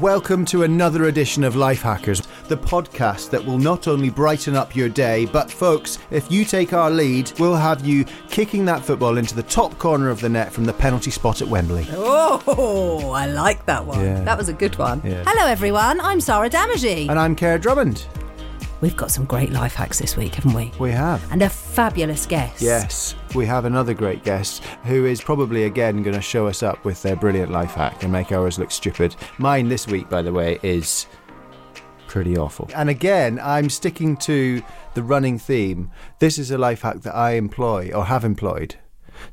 Welcome to another edition of Life Hackers, the podcast that will not only brighten up your day, but folks, if you take our lead, we'll have you kicking that football into the top corner of the net from the penalty spot at Wembley. Oh, I like that one. Yeah. That was a good one. Yeah. Hello, everyone. I'm Sarah Damagey. And I'm Cara Drummond. We've got some great life hacks this week, haven't we? We have. And a fabulous guest. Yes, we have another great guest who is probably again going to show us up with their brilliant life hack and make ours look stupid. Mine this week, by the way, is pretty awful. And again, I'm sticking to the running theme. This is a life hack that I employ or have employed.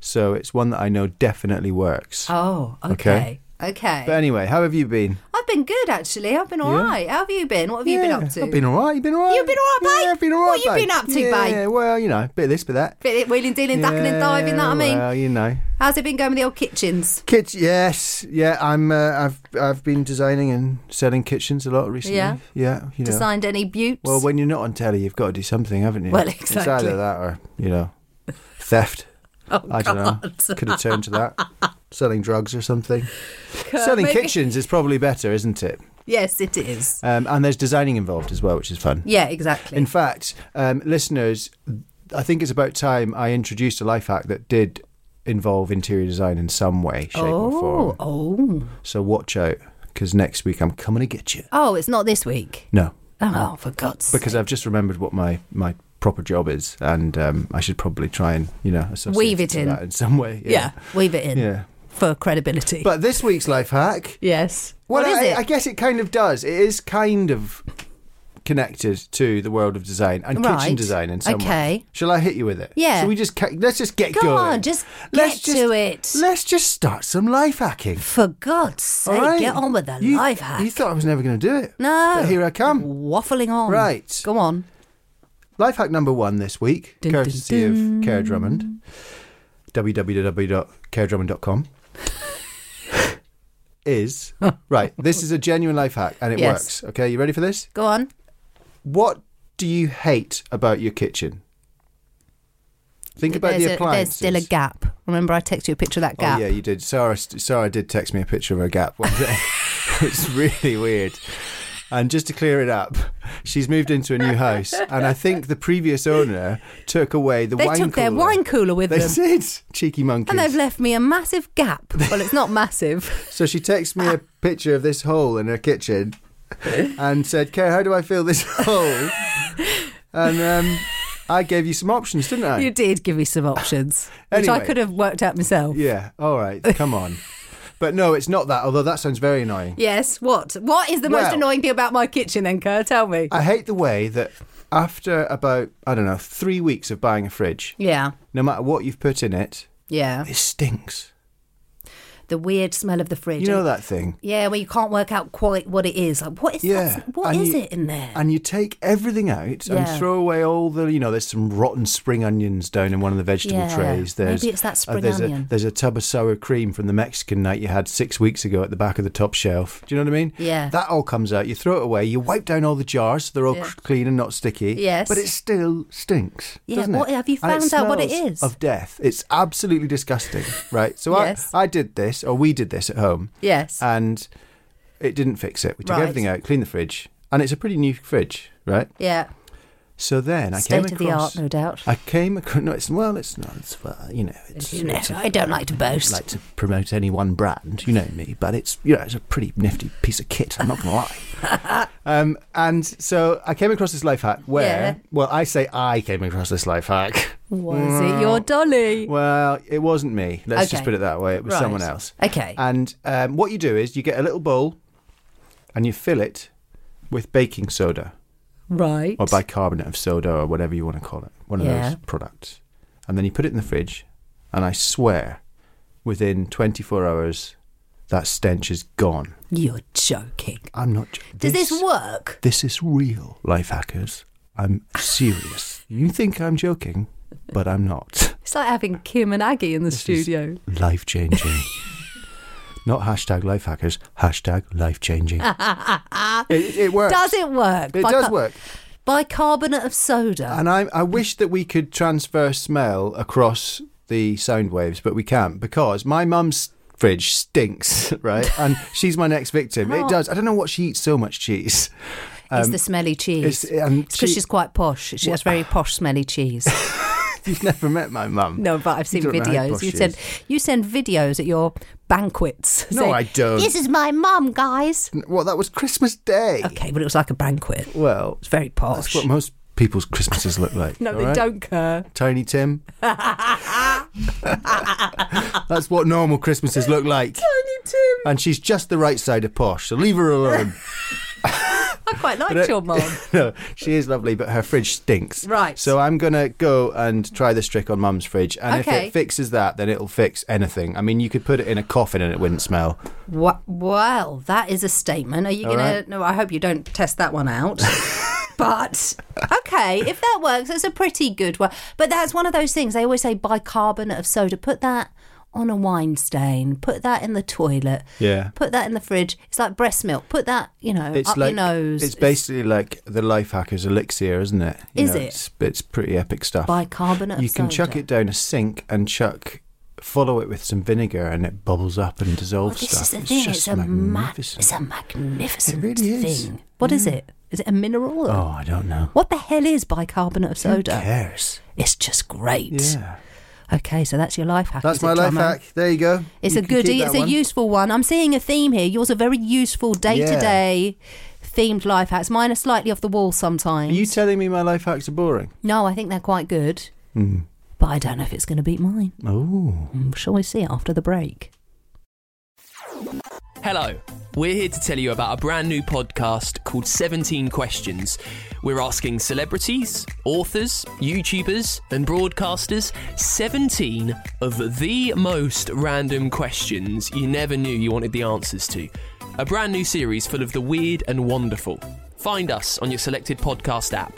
So it's one that I know definitely works. Oh, okay. Okay. Okay. But anyway, how have you been? I've been good, actually. I've been all Yeah. right. How have you been? What have you been Yeah, up to? I've been all right. You've been all right. You've been all right, Yeah, babe? I've been all right. What you babe. been up to, yeah, babe? Well, you know, bit of this, bit of that. Bit of wheeling, dealing, ducking and diving, that I mean. Well, uh, you know. How's it been going with the old kitchens? Kitchen, yes, yeah. I'm. Uh, I've I've been designing and selling kitchens a lot recently. Yeah? yeah. You know. Designed any buttes? Well, when you're not on telly, you've got to do something, haven't you? Well, It's exactly. either that or you know, theft. oh, I don't know. God. Could have turned to that. Selling drugs or something. Selling maybe- kitchens is probably better, isn't it? Yes, it is. Um, and there's designing involved as well, which is fun. Yeah, exactly. In fact, um, listeners, I think it's about time I introduced a life hack that did involve interior design in some way, shape, or oh, form. oh. So watch out, because next week I'm coming to get you. Oh, it's not this week. No, Oh, for God's because I've just remembered what my my proper job is, and um, I should probably try and you know associate Weave it to in. that in some way. Yeah. Yeah. weave it in Yeah. for credibility. But this week's life hack. yes. Well, what is I, it? I guess it kind of does. It is kind of connected to the world of design and kitchen Right. design in some way. Okay. Shall I hit you with it? Yeah. Shall we just ca- let's just get Go going. on, just let's get just, to it. Let's just start some life hacking. For God's All sake, right. get on with the You- life hack. You thought I was never going to do it. no. But here I come. Waffling on. Right. Go on. Life hack number one this week, Dun, dun, courtesy of Care Drummond. www.caredrummond.com is right. This is a genuine life hack and it works. Yes. Okay, you ready for this? Go on. What do you hate about your kitchen? Think about there's the a, there's appliances. still a gap. Remember, I texted you a picture of that gap. Oh yeah, you did. Sarah, Sarah did text me a picture of her gap one day. it's really weird. And just to clear it up, she's moved into a new house, and I think the previous owner took away the They wine took cooler. their wine cooler with They them. did, cheeky monkeys. And they've left me a massive gap. Well, it's not massive. So she texted me Ah. a picture of this hole in her kitchen and said, Care, how do I fill this hole? And um, I gave you some options, didn't I? you did give me some options, which I Anyway. could have worked out myself. Yeah, all right, come on. But no, it's not that, although that sounds very annoying. Yes. What? What is the most Well- annoying thing about my kitchen then, Kerr? Tell me. I hate the way that after about, I don't know, three weeks of buying a fridge, yeah. no matter what you've put in it, Yeah. it stinks. The weird smell of the fridge. You know that thing? Yeah, where you can't work out quite what it is. Like, what is Yeah. that? What and is you- it in there? And you take everything out Yeah. and throw away all the, you know, there's some rotten spring onions down in one of the vegetable Yeah. trays. There's, uh, Maybe it's that spring there's onion. A, there's a tub of sour cream from the Mexican night you had six weeks ago at the back of the top shelf. Do you know what I mean? Yeah. That all comes out. You throw it away. You wipe down all the jars so they're all Yeah. cr- clean and not sticky. Yes. But it still stinks. Yeah, doesn't it? what- have you And it found out what it smells is? Of death. It's absolutely disgusting, right? So Yes. I, I did this, or we did this at home yes. and it didn't fix it. We took Right. everything out, cleaned the fridge, and it's a pretty new fridge, right? yeah. So then I State came of the across. art, no doubt. I came across. No, it's well, it's not. It's well, you know, it's. Isn't it's it? a- I don't like to boast. like to promote any one brand, you know me, but it's you know it's a pretty nifty piece of kit. I'm not gonna lie. um, and so I came across this life hack where, Yeah. well, I say I came across this life hack. Was it your dolly? Well, it wasn't me. Let's just Okay. put it that way. It was Right. someone else. Okay. And um, what you do is you get a little bowl, and you fill it with baking soda Right. or bicarbonate of soda or whatever you want to call it, one of Yeah. those products. And then you put it in the fridge, and I swear, within 24 hours, that stench is gone. You're joking. I'm not. j- Does this, work? This is real, life hackers. I'm serious. you think I'm joking, but I'm not. It's like having Kim and Aggie in the studio. Life changing. not hashtag life hackers, hashtag life changing. it, it works. Ah. Does it work? It Bicar- does work. Bicarbonate of soda. And I, I wish that we could transfer smell across the sound waves, but we can't because my mum's fridge stinks, right? And she's my next victim. Oh. It does. I don't know what she eats so much cheese. it's the smelly cheese. it's- um, It's because she- she's quite posh. She has very posh, smelly cheese. You've never met my mum. No, but I've seen don't know how videos. posh You she send is. you send videos at your banquets. No, saying, I don't. This is my mum, guys. Well, that was Christmas Day. Okay, but it was like a banquet. It Well, was very that's posh. what most people's Christmases look like. no, all they right? don't care. Tiny Tim. That's what normal Christmases look like. Tiny Tim. And she's just the right side of posh, so leave her alone. I quite liked But, uh, your mum. no, she is lovely, but her fridge stinks. Right. So I'm gonna go and try this trick on Mum's fridge, and if Okay. it fixes that, then it'll fix anything. I mean, you could put it in a coffin and it wouldn't smell. Wha- Well, that is a statement. Are you All going right. to? No, I hope you don't test that one out. but okay, if that works, it's a pretty good one. But that's one of those things. They always say bicarbonate of soda. Put that on a wine stain. Put that in the toilet. Yeah. Put that in the fridge. It's like breast milk. Put that, you know, It's up like your nose. it's basically like the life hackers elixir, isn't it? You Is know, it? It's, it's pretty epic stuff. bicarbonate. you of can soda. chuck it down a sink and chuck. Follow it with some vinegar and it bubbles up and Well, dissolves this stuff. is the it's thing. just It's a, ma- magnificent. it's a magnificent really is. thing. What is it? Is it a mineral? oh, I don't know. What the hell is bicarbonate of soda? Who cares? It's just great. Yeah. Okay, so that's your life hack. That's is it, my life Tomo? hack. There you go. It's You a can keep goodie. that It's a one. useful one. I'm seeing a theme here. Yours are very useful day to day themed life hacks. Mine are slightly off the wall Are sometimes. you telling me my life hacks are boring? no, I think they're quite good, Mm. but I don't know if it's going to beat mine. Mm, Oh. Shall we see it after the break? Hello, we're here to tell you about a brand new podcast called 17 Questions. We're asking celebrities, authors, YouTubers, and broadcasters 17 of the most random questions you never knew you wanted the answers to. A brand new series full of the weird and wonderful. Find us on your selected podcast app.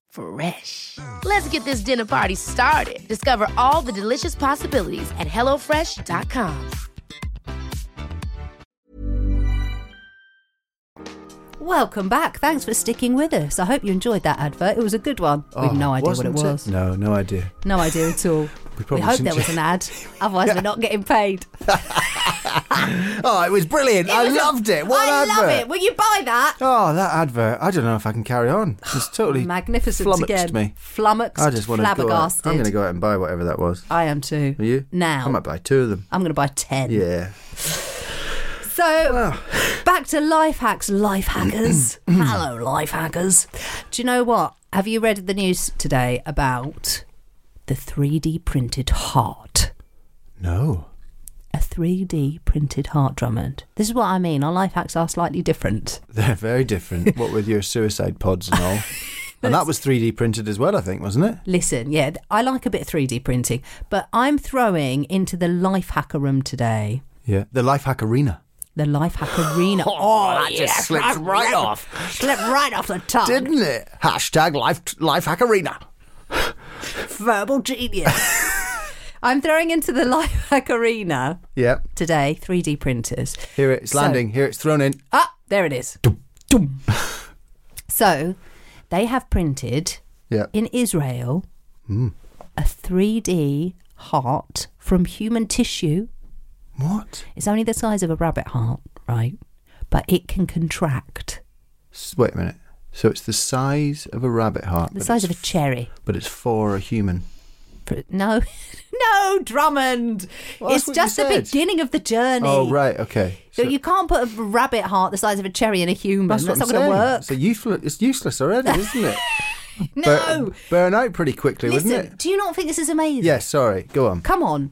Fresh. Let's get this dinner party started. Discover all the delicious possibilities at hellofresh.com. Welcome back. Thanks for sticking with us. I hope you enjoyed that advert. It was a good one. we Oh, have no idea what it wasn't was. No, no idea. No idea at all. We We probably hope shouldn't there was ju- an ad. Otherwise, we're not getting paid. Oh, it was brilliant. I was a- loved it. What I an advert. love it. Will you buy that? Oh, that advert. I don't know if I can carry on. It's totally Magnificent flummoxed again. me. Flummoxed. I just want to go out. flabbergasted. I'm going to go out and buy whatever that was. I am too. Are you? Now. I might buy two of them. I'm going to buy 10. Yeah. So, back to life hacks, life hackers. Mm. Hello, life hackers. Do you know what? Have you read the news today about the 3D printed heart? No. A 3D printed heart, Drummond. This is what I mean. Our life hacks are slightly different. They're very different. what with your suicide pods and all. and that was 3D printed as well, I think, wasn't it? Listen, yeah, th- I like a bit of 3D printing, but I'm throwing into the life hacker room today. Yeah. The Life Hack Arena. The life hack arena. Oh, that just slipped right off. Slipped right off the tongue. Didn't it? Hashtag Life, life Hack Arena. verbal genius. I'm throwing into the life hack arena Yeah. today 3D printers. Here it's So- landing. Here it's thrown in. Ah, there it is. so they have printed Yeah. in Israel a 3D heart from human tissue. What? It's only the size of a rabbit heart, right? But it can contract S- Wait a minute. So it's the size of a rabbit heart. the but size of it's a cherry. f- But it's for a human. For- No, no, Drummond. Well, that's it's what you just the said. beginning of the journey. Oh, right. Okay. So So- you can't put a rabbit heart the size of a cherry in a human. That's, what not I'm going to saying. work. It's, a useless, it's useless already, isn't it? no. Bur- burn out pretty quickly, Listen, wouldn't it? do you not think this is amazing? Yeah, sorry. Go on. Come on.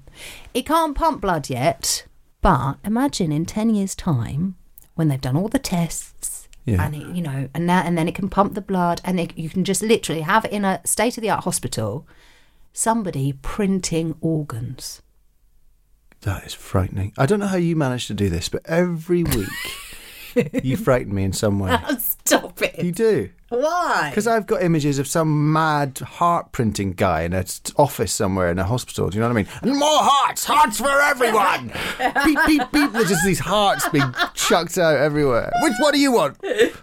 It can't pump blood yet. But imagine in 10 years' time when they've done all the tests. Yeah. And it, you know, and that, and then it can pump the blood, and it, you can just literally have in a state-of-the-art hospital somebody printing organs. That is frightening. I don't know how you manage to do this, but every week you frighten me in some way. Stop it! You do. Why? Because I've got images of some mad heart printing guy in an office somewhere in a hospital. Do you know what I mean? And more hearts! Hearts for everyone! beep, beep, beep. There's just these hearts being chucked out everywhere. Which one do you want?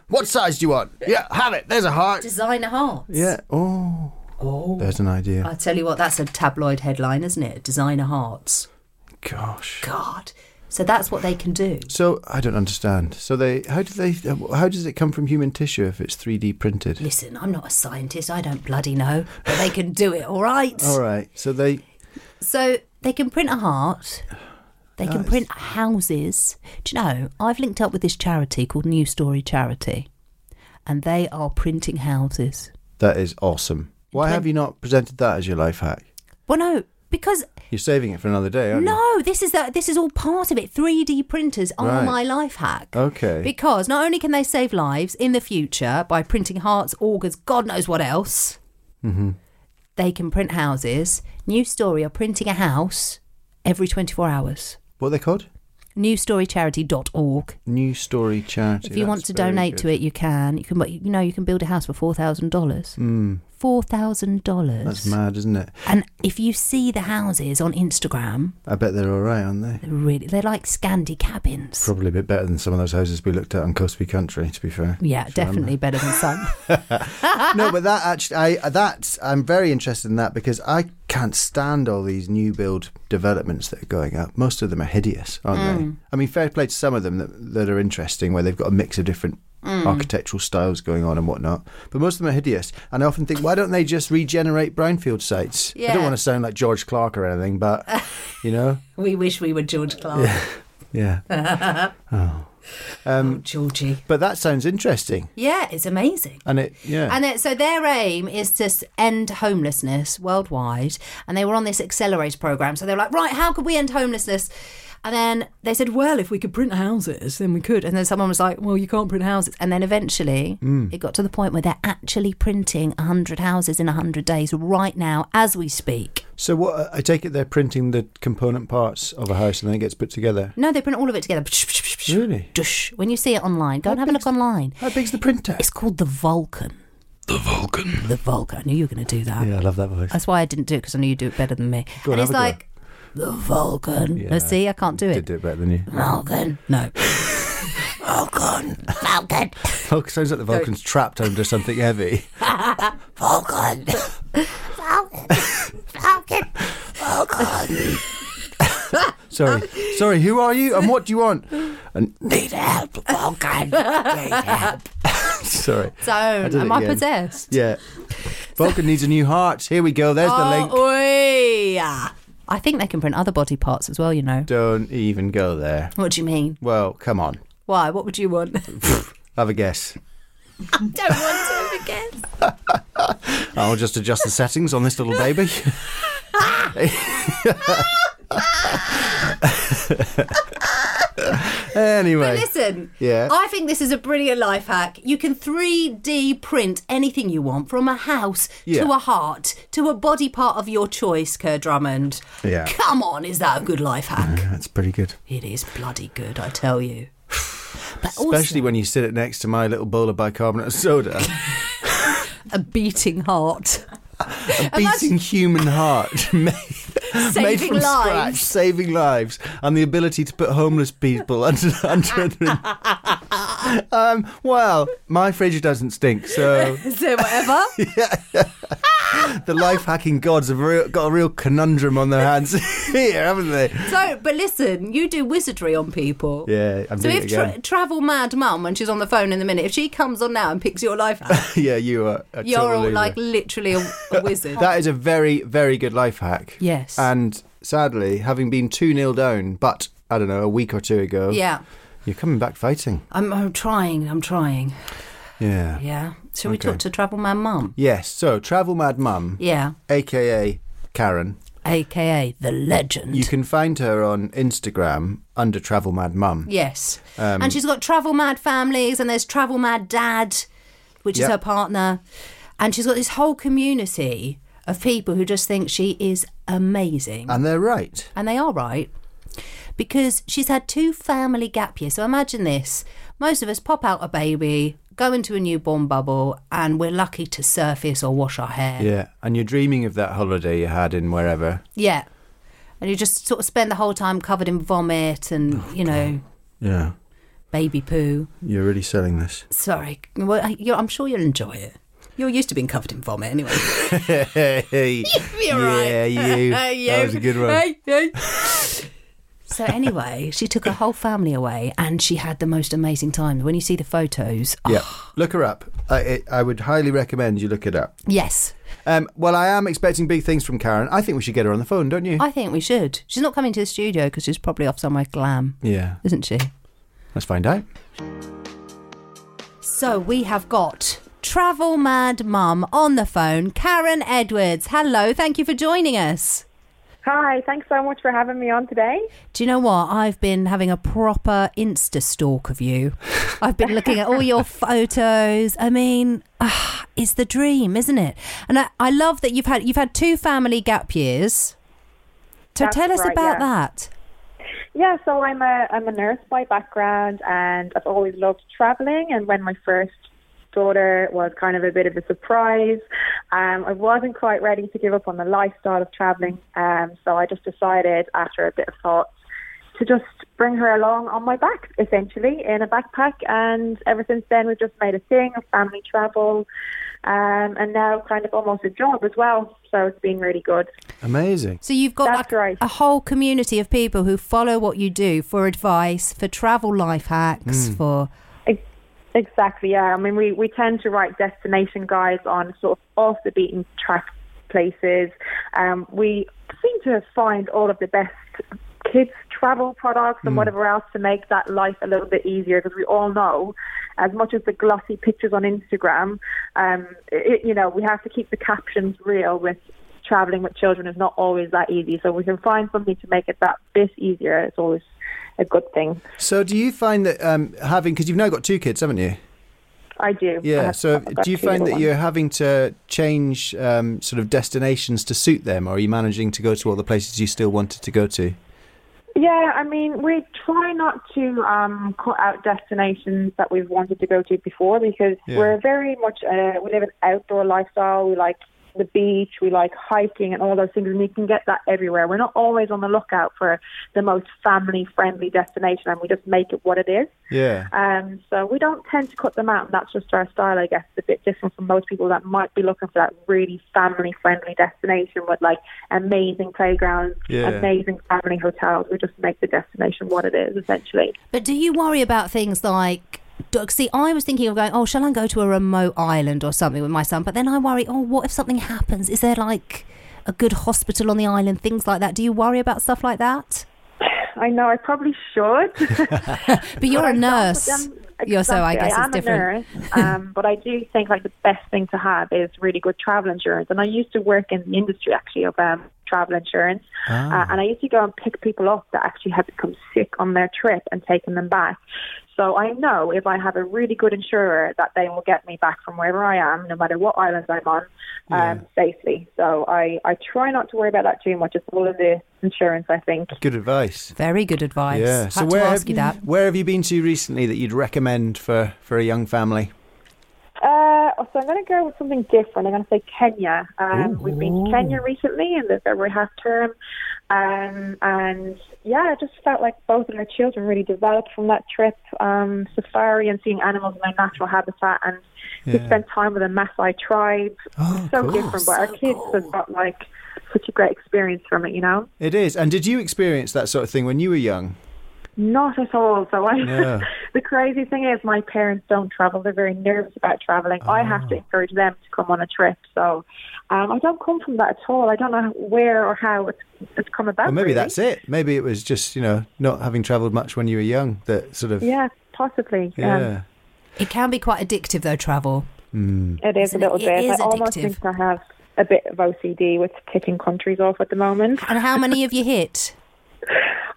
What size do you want? Yeah, have it. There's a heart. designer hearts. Yeah. Oh. Oh. There's an idea. I tell you what, that's a tabloid headline, isn't it? Designer hearts. Gosh. God. So that's what they can do. So I don't understand. So they how do they how does it come from human tissue if it's 3D printed? Listen, I'm not a scientist. I don't bloody know. But they can do it, all right? All right. So they So they can print a heart. They can Nice. print houses. Do you know, I've linked up with this charity called New Story Charity. And they are printing houses. that is awesome. Why have you not presented that as your life hack? Well, no, because... You're saving it for another day, aren't you? No, this is that. This is all part of it. 3D printers are Right. my life hack. Okay. Because not only can they save lives in the future by printing hearts, organs, God knows what else, Mm-hmm. they can print houses. New Story are printing a house every 24 hours. What are they called? Newstorycharity.org. New Story Charity. If you want to donate to it, you can. You can, but you know, you can build a house for four thousand dollars. Four thousand Hmm. That's dollars. mad, isn't it? And if you see the houses on Instagram, I bet they're all right, aren't they? they're really, they're like Scandi cabins. Probably a bit better than some of those houses we looked at on Coast Free Country, to be fair. Sure, Yeah, I'm- definitely better than some. no, but that actually, I that's I'm very interested in that because I can't stand all these new build developments that are going up. Most of them are hideous, aren't Mm. they? I mean, fair play to some of them that that are interesting, where they've got a mix of different Mm. architectural styles going on and whatnot. But most of them are hideous, and I often think, why don't they just regenerate brownfield sites? I Yeah. don't want to sound like George Clark or anything, but you know, we wish we were George Clark. yeah. Oh, Georgie. But that sounds interesting, Yeah, it's amazing. and it yeah. And it, so their aim is to s- end homelessness worldwide. And they were on this accelerator program. So they were like, right, how could we end homelessness? And then they said, well, if we could print houses, then we could. And then someone was like, well, you can't print houses. And then eventually it got to the point where they're actually printing 100 houses in 100 days right now as we speak. so what I take it they're printing the component parts of a house and then it gets put together. No, they print all of it together. Really? Dush. When you see it online, go and have a look online. How big's the printer? It's called the Vulcan. The Vulcan. The Vulcan. I knew you were going to do that. Yeah, I love that voice. That's why I didn't do it because I knew you'd do it better than me. Go on, and it's have a go. like the Vulcan. No, see, I can't do Did it. do it better than you. Vulcan. No. Vulcan. Vulcan. Vulcan. Vulcan sounds like the Vulcan's trapped under something heavy. Vulcan. Falcon. Sorry. Sorry, who are you and what do you want? And Need help. Falcon. Need help. sorry. So, I did it am I again. possessed? Yeah. Vulcan needs a new heart. Here we go. There's the link. Oh, oi. I think they can print other body parts as well, you know. Don't even go there. What do you mean? Well, come on. Why? What would you want? Have a guess. Don't want to again. I'll just adjust the settings on this little baby. anyway. Listen, Yeah. I think this is a brilliant life hack. You can 3D print anything you want from a house to Yeah. a heart to a body part of your choice, Kerr Drummond. Yeah. Come on, is that a good life hack? That's pretty good. it is bloody good, I tell you. But Especially also, when you sit it next to my little bowl of bicarbonate of soda. a beating heart. A beating human heart made, made Saving from scratch, lives. saving lives, and the ability to put homeless people under. under um, well, my fridge doesn't stink, so So whatever. the life hacking gods have real, got a real conundrum on their hands here, haven't they? so, but listen, you do wizardry on people. Yeah, I'm So doing it if tra- again. travel mad mum, when she's on the phone in a minute, if she comes on now and picks your life hack, yeah, you are. a you're total all loser. like literally a, a wizard. That is a very, very good life hack. Yes. And sadly, having been 2 0 down, but I don't know, a week or two ago, yeah. you're coming back fighting. I'm, I'm trying. I'm trying. Yeah. Yeah. Shall we Okay. talk to Travel Man Mum? Yes, so Travel Mad Mum, Yeah. aka Karen, AKA the legend. you can find her on Instagram under Travel Mad Mum. yes. Um, and she's got Travel Mad Families, and there's Travel Mad Dad, which is Yep. her partner. And she's got this whole community of people who just think she is amazing. And they're right. And they are right. Because she's had two family gap years. So imagine this. Most of us pop out a baby, go into a newborn bubble, and we're lucky to surface or wash our hair. Yeah, and you're dreaming of that holiday you had in wherever. Yeah. And you just sort of spend the whole time covered in vomit and, Oh, you know, Yeah, baby poo. you're really selling this. Sorry. Well, I- you're, I'm sure you'll enjoy it. You're used to being covered in vomit anyway. Hey, You're yeah, right. you. You. That was a good one. Hey, hey. so anyway, she took her whole family away and she had the most amazing times. When you see the photos, oh, Yeah, look her up. I, I I would highly recommend you look it up. yes, Um, well, I am expecting big things from Karen. I think we should get her on the phone, don't you? I think we should. She's not coming to the studio because she's probably off somewhere glam, yeah, isn't she? let's find out. So we have got Travel Mad Mum on the phone, Karen Edwards. Hello, thank you for joining us. Hi, thanks so much for having me on today. Do you know what? I've been having a proper Insta stalk of you. I've been looking at all your photos. I mean, ah, it's the dream, isn't it? And I, I love that you've had you've had two family gap years. So That's tell us right, about yeah. that. Yeah, so I'm a I'm a nurse by background, and I've always loved traveling. And when my first daughter was kind of a bit of a surprise, um, I wasn't quite ready to give up on the lifestyle of traveling. Um, so I just decided, after a bit of thought, to just bring her along on my back, essentially in a backpack. And ever since then, we've just made a thing of family travel, um, and now kind of almost a job as well. So it's been really good. Amazing. So you've got like That's right. a whole community of people who follow what you do for advice, for travel life hacks, Mm. for Ex- Exactly, yeah. I mean, we, we tend to write destination guides on sort of off the beaten track places. Um, we seem to find all of the best kids' travel products and whatever else to make that life a little bit easier because we all know, as much as the glossy pictures on Instagram, um, it, you know, we have to keep the captions real with traveling with children is not always that easy. So we can find something to make it that bit easier. It's always a good thing. So, do you find that um, having because you've now got two kids, haven't you? I do. I Yeah. have- So, I've got do you two find little that ones. you're having to change um, sort of destinations to suit them, or are you managing to go to all the places you still wanted to go to? Yeah, I mean, we try not to um, cut out destinations that we've wanted to go to before because Yeah. we're very much uh, we live an outdoor lifestyle. We like the beach, we like hiking and all those things, and you can get that everywhere. We're not always on the lookout for the most family friendly destination, and we just make it what it is. Yeah. Um, so we don't tend to cut them out, and that's just our style, I guess. It's a bit different from most people that might be looking for that really family-friendly destination with like amazing playgrounds, Yeah. amazing family hotels. We just make the destination what it is, essentially. But do you worry about things like? do- See, I was thinking of going. Oh, shall I go to a remote island or something with my son? But then I worry. Oh, what if something happens? Is there like a good hospital on the island? Things like that. Do you worry about stuff like that? I know I probably should. But you're a nurse. But then- You're so I exactly, guess I it's am different. A nurse, um, but I do think like the best thing to have is really good travel insurance. And I used to work in the industry actually of um, travel insurance, uh, and I used to go and pick people up that actually had become sick on their trip and taken them back. So I know if I have a really good insurer that they will get me back from wherever I am, no matter what islands I'm on, um, safely. So I, I try not to worry about that too much. It's all of the insurance, I think. Good advice. Very good advice. Yeah. Had So to where ask have, you that. where have you been to recently that you'd recommend for for a young family? Uh, so I'm going to go with something different. I'm going to say Kenya. Um, we've been to Kenya recently in the February half term, um, and yeah, I just felt like both of our children really developed from that trip. Um, safari and seeing animals in their natural habitat, and we spent time with a Maasai tribe. Oh, so cool. different, but our kids have got like such a great experience from it. You know, It is. And did you experience that sort of thing when you were young? not at all. So I, Yeah. the crazy thing is, my parents don't travel. They're very nervous about traveling. I have Ah. to encourage them to come on a trip. So um, I don't come from that at all. I don't know where or how it's, it's come about. Or maybe really. that's it. Maybe it was just you know not having travelled much when you were young that sort of Yeah, possibly. yeah. It can be quite addictive though. Travel. Um, it is a Isn't it- little it bit. is I almost addictive. think I have a bit of OCD with ticking countries off at the moment. And how many have you hit?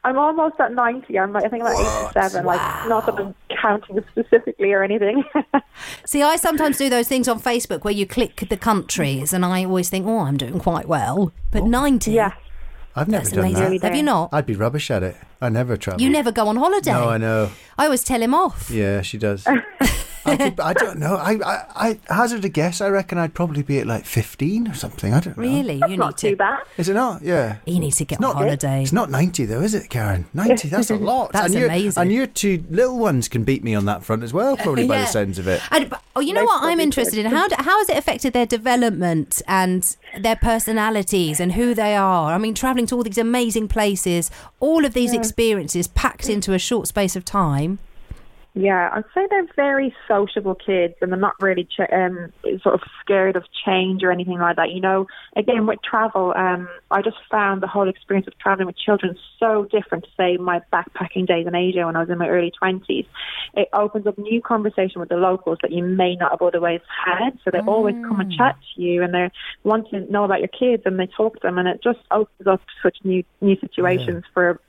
I'm almost at 90. I'm like, I think like 87. Like, not that I'm counting specifically or anything. See, I sometimes do those things on Facebook where you click the countries, and I always think, oh, I'm doing quite well. But 90, yeah. I've never that's done amazing. that. Have you not? I'd be rubbish at it. I never travel. You never go on holiday. No, I know. I always tell him off. Yeah, she does. I, could, I don't know. I, I, I hazard a guess. I reckon I'd probably be at like 15 or something. I don't know. Really, you need Not to. too bad. Is it not? Yeah. You need to get on not- holiday. It's not 90 though, is it, Karen? 90, that's a lot. That's and you- amazing. And your two little ones can beat me on that front as well, probably by the Yeah. sounds of it. And- but- oh, you know what I'm interested in? How, do, how has it affected their development and their personalities and who they are? I mean, traveling to all these amazing places, all of these experiences packed into a short space of time. Yeah, I'd say they're very sociable kids, and they're not really ch- um, sort of scared of change or anything like that. You know, again with travel, um, I just found the whole experience of traveling with children so different to say my backpacking days in Asia when I was in my early twenties. It opens up new conversation with the locals that you may not have otherwise had. So they always come and chat to you, and they want to know about your kids, and they talk to them, and it just opens up such new new situations for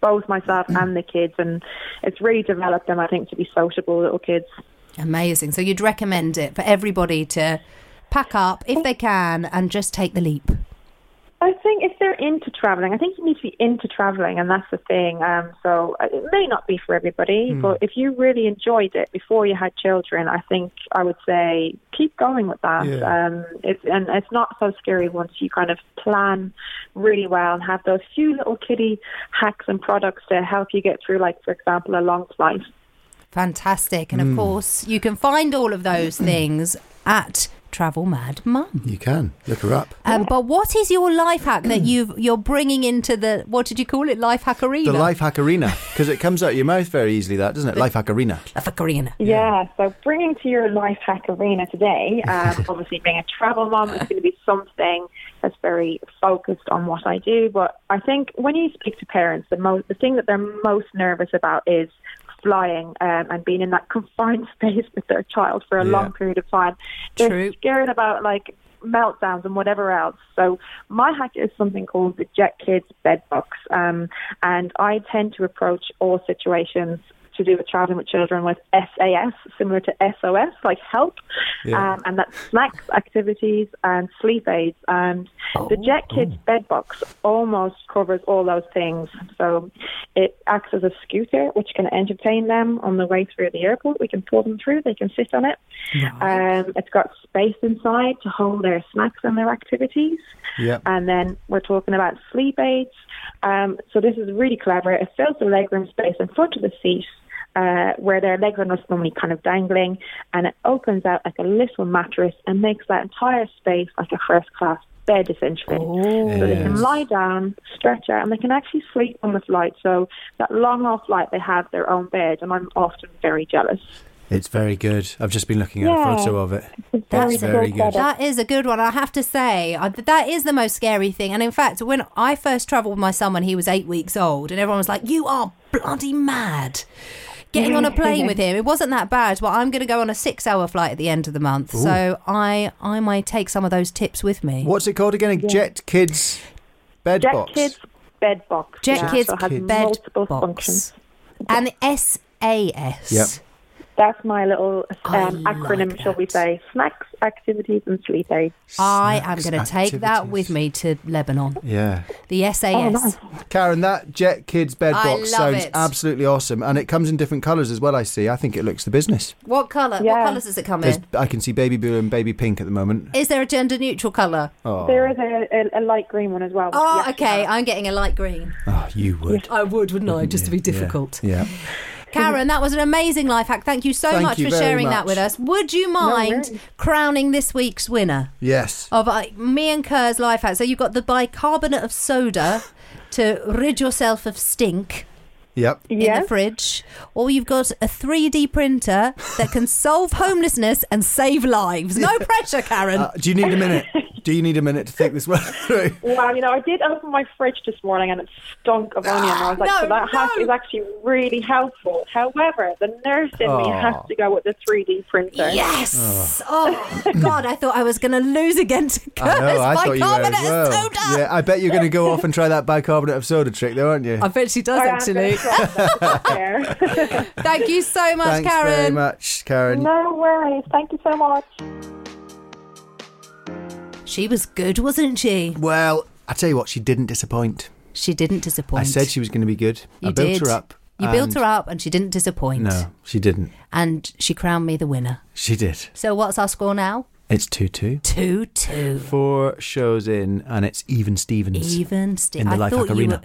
both myself and the kids, and it's really developed them, I think, to be sociable little kids. Amazing. So you'd recommend it for everybody to pack up if they can and just take the leap. I think if they're into traveling, I think you need to be into traveling, and that's the thing. Um, so uh, it may not be for everybody, but if you really enjoyed it before you had children, I think I would say keep going with that. Yeah. Um, it's, and it's not so scary once you kind of plan really well and have those few little kiddie hacks and products to help you get through, like for example, a long flight. Fantastic. And Hmm. of course, you can find all of those things at Travel Mad Mum. You can. Look her up. Um, but what is your life hack that you've, you're bringing into the, what did you call it, life hack arena? The Life Hack Arena. Because it comes out of your mouth very easily, that, doesn't it? Life Hack Arena. Life hack arena. Yeah, so bringing to your life hack arena today, um, obviously being a travel mom, it's going to be something that's very focused on what I do. But I think when you speak to parents, the, mo- the thing that they're most nervous about is flying um, and being in that confined space with their child for a Yeah. long period of time. They're True. scared about like meltdowns and whatever else. So my hack is something called the Jet Kids Bed Box, um, and I tend to approach all situations to do with traveling with children with SAS, similar to SOS, like help. Yeah. Um, and that's snacks, activities, and sleep aids. And the Jet Kids bed box almost covers all those things. So it acts as a scooter, which can entertain them on the way through the airport. We can pull them through, they can sit on it. Um, it's got space inside to hold their snacks and their activities. Yep. And then we're talking about sleep aids. Um, so this is really clever. It fills the legroom space in front of the seat. Uh, where their legs are normally kind of dangling, and it opens out like a little mattress and makes that entire space like a first class bed essentially. So they can Oh. Yes. lie down, stretch out, and they can actually sleep on the flight. So that long off flight, they have their own bed, and I'm often very jealous. It's very good. I've just been looking at a Yeah. photo of it. That's very good. That is a good one. I have to say, I, that is the most scary thing. And in fact, when I first travelled with my son when he was eight weeks old, and everyone was like, "You are bloody mad." Getting on a plane with him, it wasn't that bad. But I'm going to go on a six-hour flight at the end of the month, so I I might take some of those tips with me. What's it called again? A Jet Kids bed Jet box. Kids bed box. Jet yeah, kids so it has bed multiple box functions. and SAS. Yep. That's my little I um, acronym, like shall we that. say? Snacks, activities, and sleep aids. I am Snacks, going to take that activities. with me to Lebanon. Yeah. The SAS. Oh, nice. Karen, that Jet Kids bed I box love sounds it. absolutely awesome. And it comes in different colours as well, I see. I think it looks the business. What colour? What Yeah. colours does it come There's, in? I can see baby blue and baby pink at the moment. Is there a gender-neutral colour? Oh, There is a, a, a light green one as well. which Oh, we actually okay. have. I'm getting a light green. oh you would. I would, wouldn't I? Just to be Yeah, Yeah. Karen, that was an amazing life hack. Thank you so Thank much you for very sharing that much. with us. Would you mind worries. crowning this week's winner Yes. of uh, me and Kerr's life hack? So you've got the bicarbonate of soda to rid yourself of stink Yep. in Yes. the fridge, or you've got a 3D printer that can solve homelessness and save lives. No pressure, Karen. Uh, do you need a minute? do you need a minute to think this one through? Well, you know, I did open my fridge this morning and it stunk of onion. I was like, No, so that hack no. is actually really helpful. However, the nurse in me has Oh. to go with the 3D printer. Yes. Oh, God, I thought I was going to lose again to Kerr's bicarbonate of soda. Yeah, I bet you're going to go off and try that bicarbonate of soda trick, though, aren't you? I bet she does I am actually. gonna try that there. Thank you so much, Thanks Karen. very much, Karen. no worries. Thank you so much. She was good, wasn't she? Well, I tell you what, she didn't disappoint. She didn't disappoint. I said she was going to be good. you I built did. her up. You built her up, and she didn't disappoint. No, she didn't. And she crowned me the winner. She did. So what's our score now? It's 2 2. Two two. Four shows in, and it's even Stevens. Even still, In the I Life thought Hack you Arena.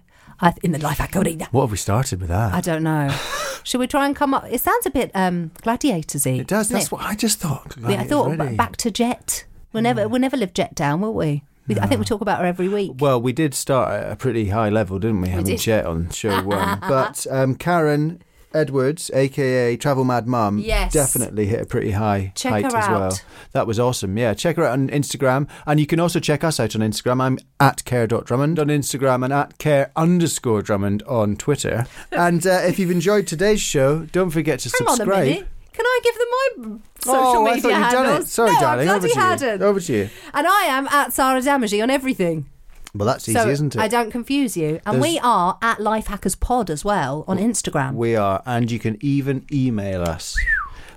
were I, in the life hack arena. What have we started with that? I don't know. Should we try and come up? It sounds a bit um, gladiatorsy. it does. doesn't That's it? what I just thought. We- I Like, Hmm. thought already. b- back to Jet. We'll never, we'll never live Jet down, will we? we I think we talk about her every week. Well, we did start at a pretty high level, didn't we? Having did. Jet on show one. But um, Karen Edwards, aka Travel Mad Mum, Yes. definitely hit a pretty high Check height her as well. out. That was awesome. Yeah, check her out on Instagram. And you can also check us out on Instagram. I'm at care.drummond on Instagram and at care underscore drummond on Twitter. And uh, if you've enjoyed today's show, don't forget to Hang on a subscribe. minute. Can I give them my social oh, media I thought you'd handles? done it. Sorry, no, darling. I Over bloody to you. hadn't. Over to you. And I am at Sarah Damagey on everything. Well, that's easy, so isn't it? I don't confuse you. And we There's- are at Lifehackers Pod as well on Instagram. We are, and you can even email us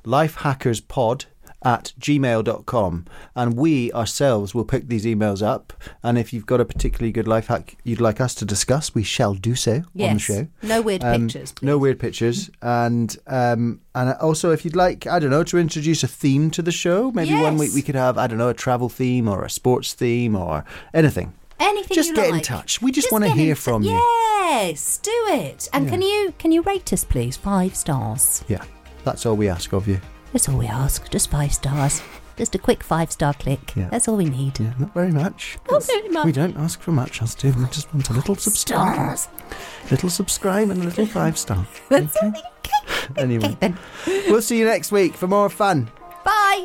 lifehackerspod at gmail.com and we ourselves will pick these emails up and if you've got a particularly good life hack you'd like us to discuss we shall do so on the Yes. show No weird Um, pictures, no weird pictures and um and also if you'd like i don't know to introduce a theme to the show maybe one Yes. week we could have i don't know a travel theme or a sports theme or anything Anything Just you get in like. touch. We just wanna get in hear t- from you. Yes, do it. And can you can you rate us please? Five stars. yeah that's all we ask of you That's all we ask. Just five stars. Just a quick five star click. Yeah. That's all we need. Yeah, not very much. Not very much. We don't ask for much, us do. We just want a little subscribe, Stars. little subscribe, and a little five star. That's all Okay. we- Anyway. Okay, then. We'll see you next week for more fun. Bye.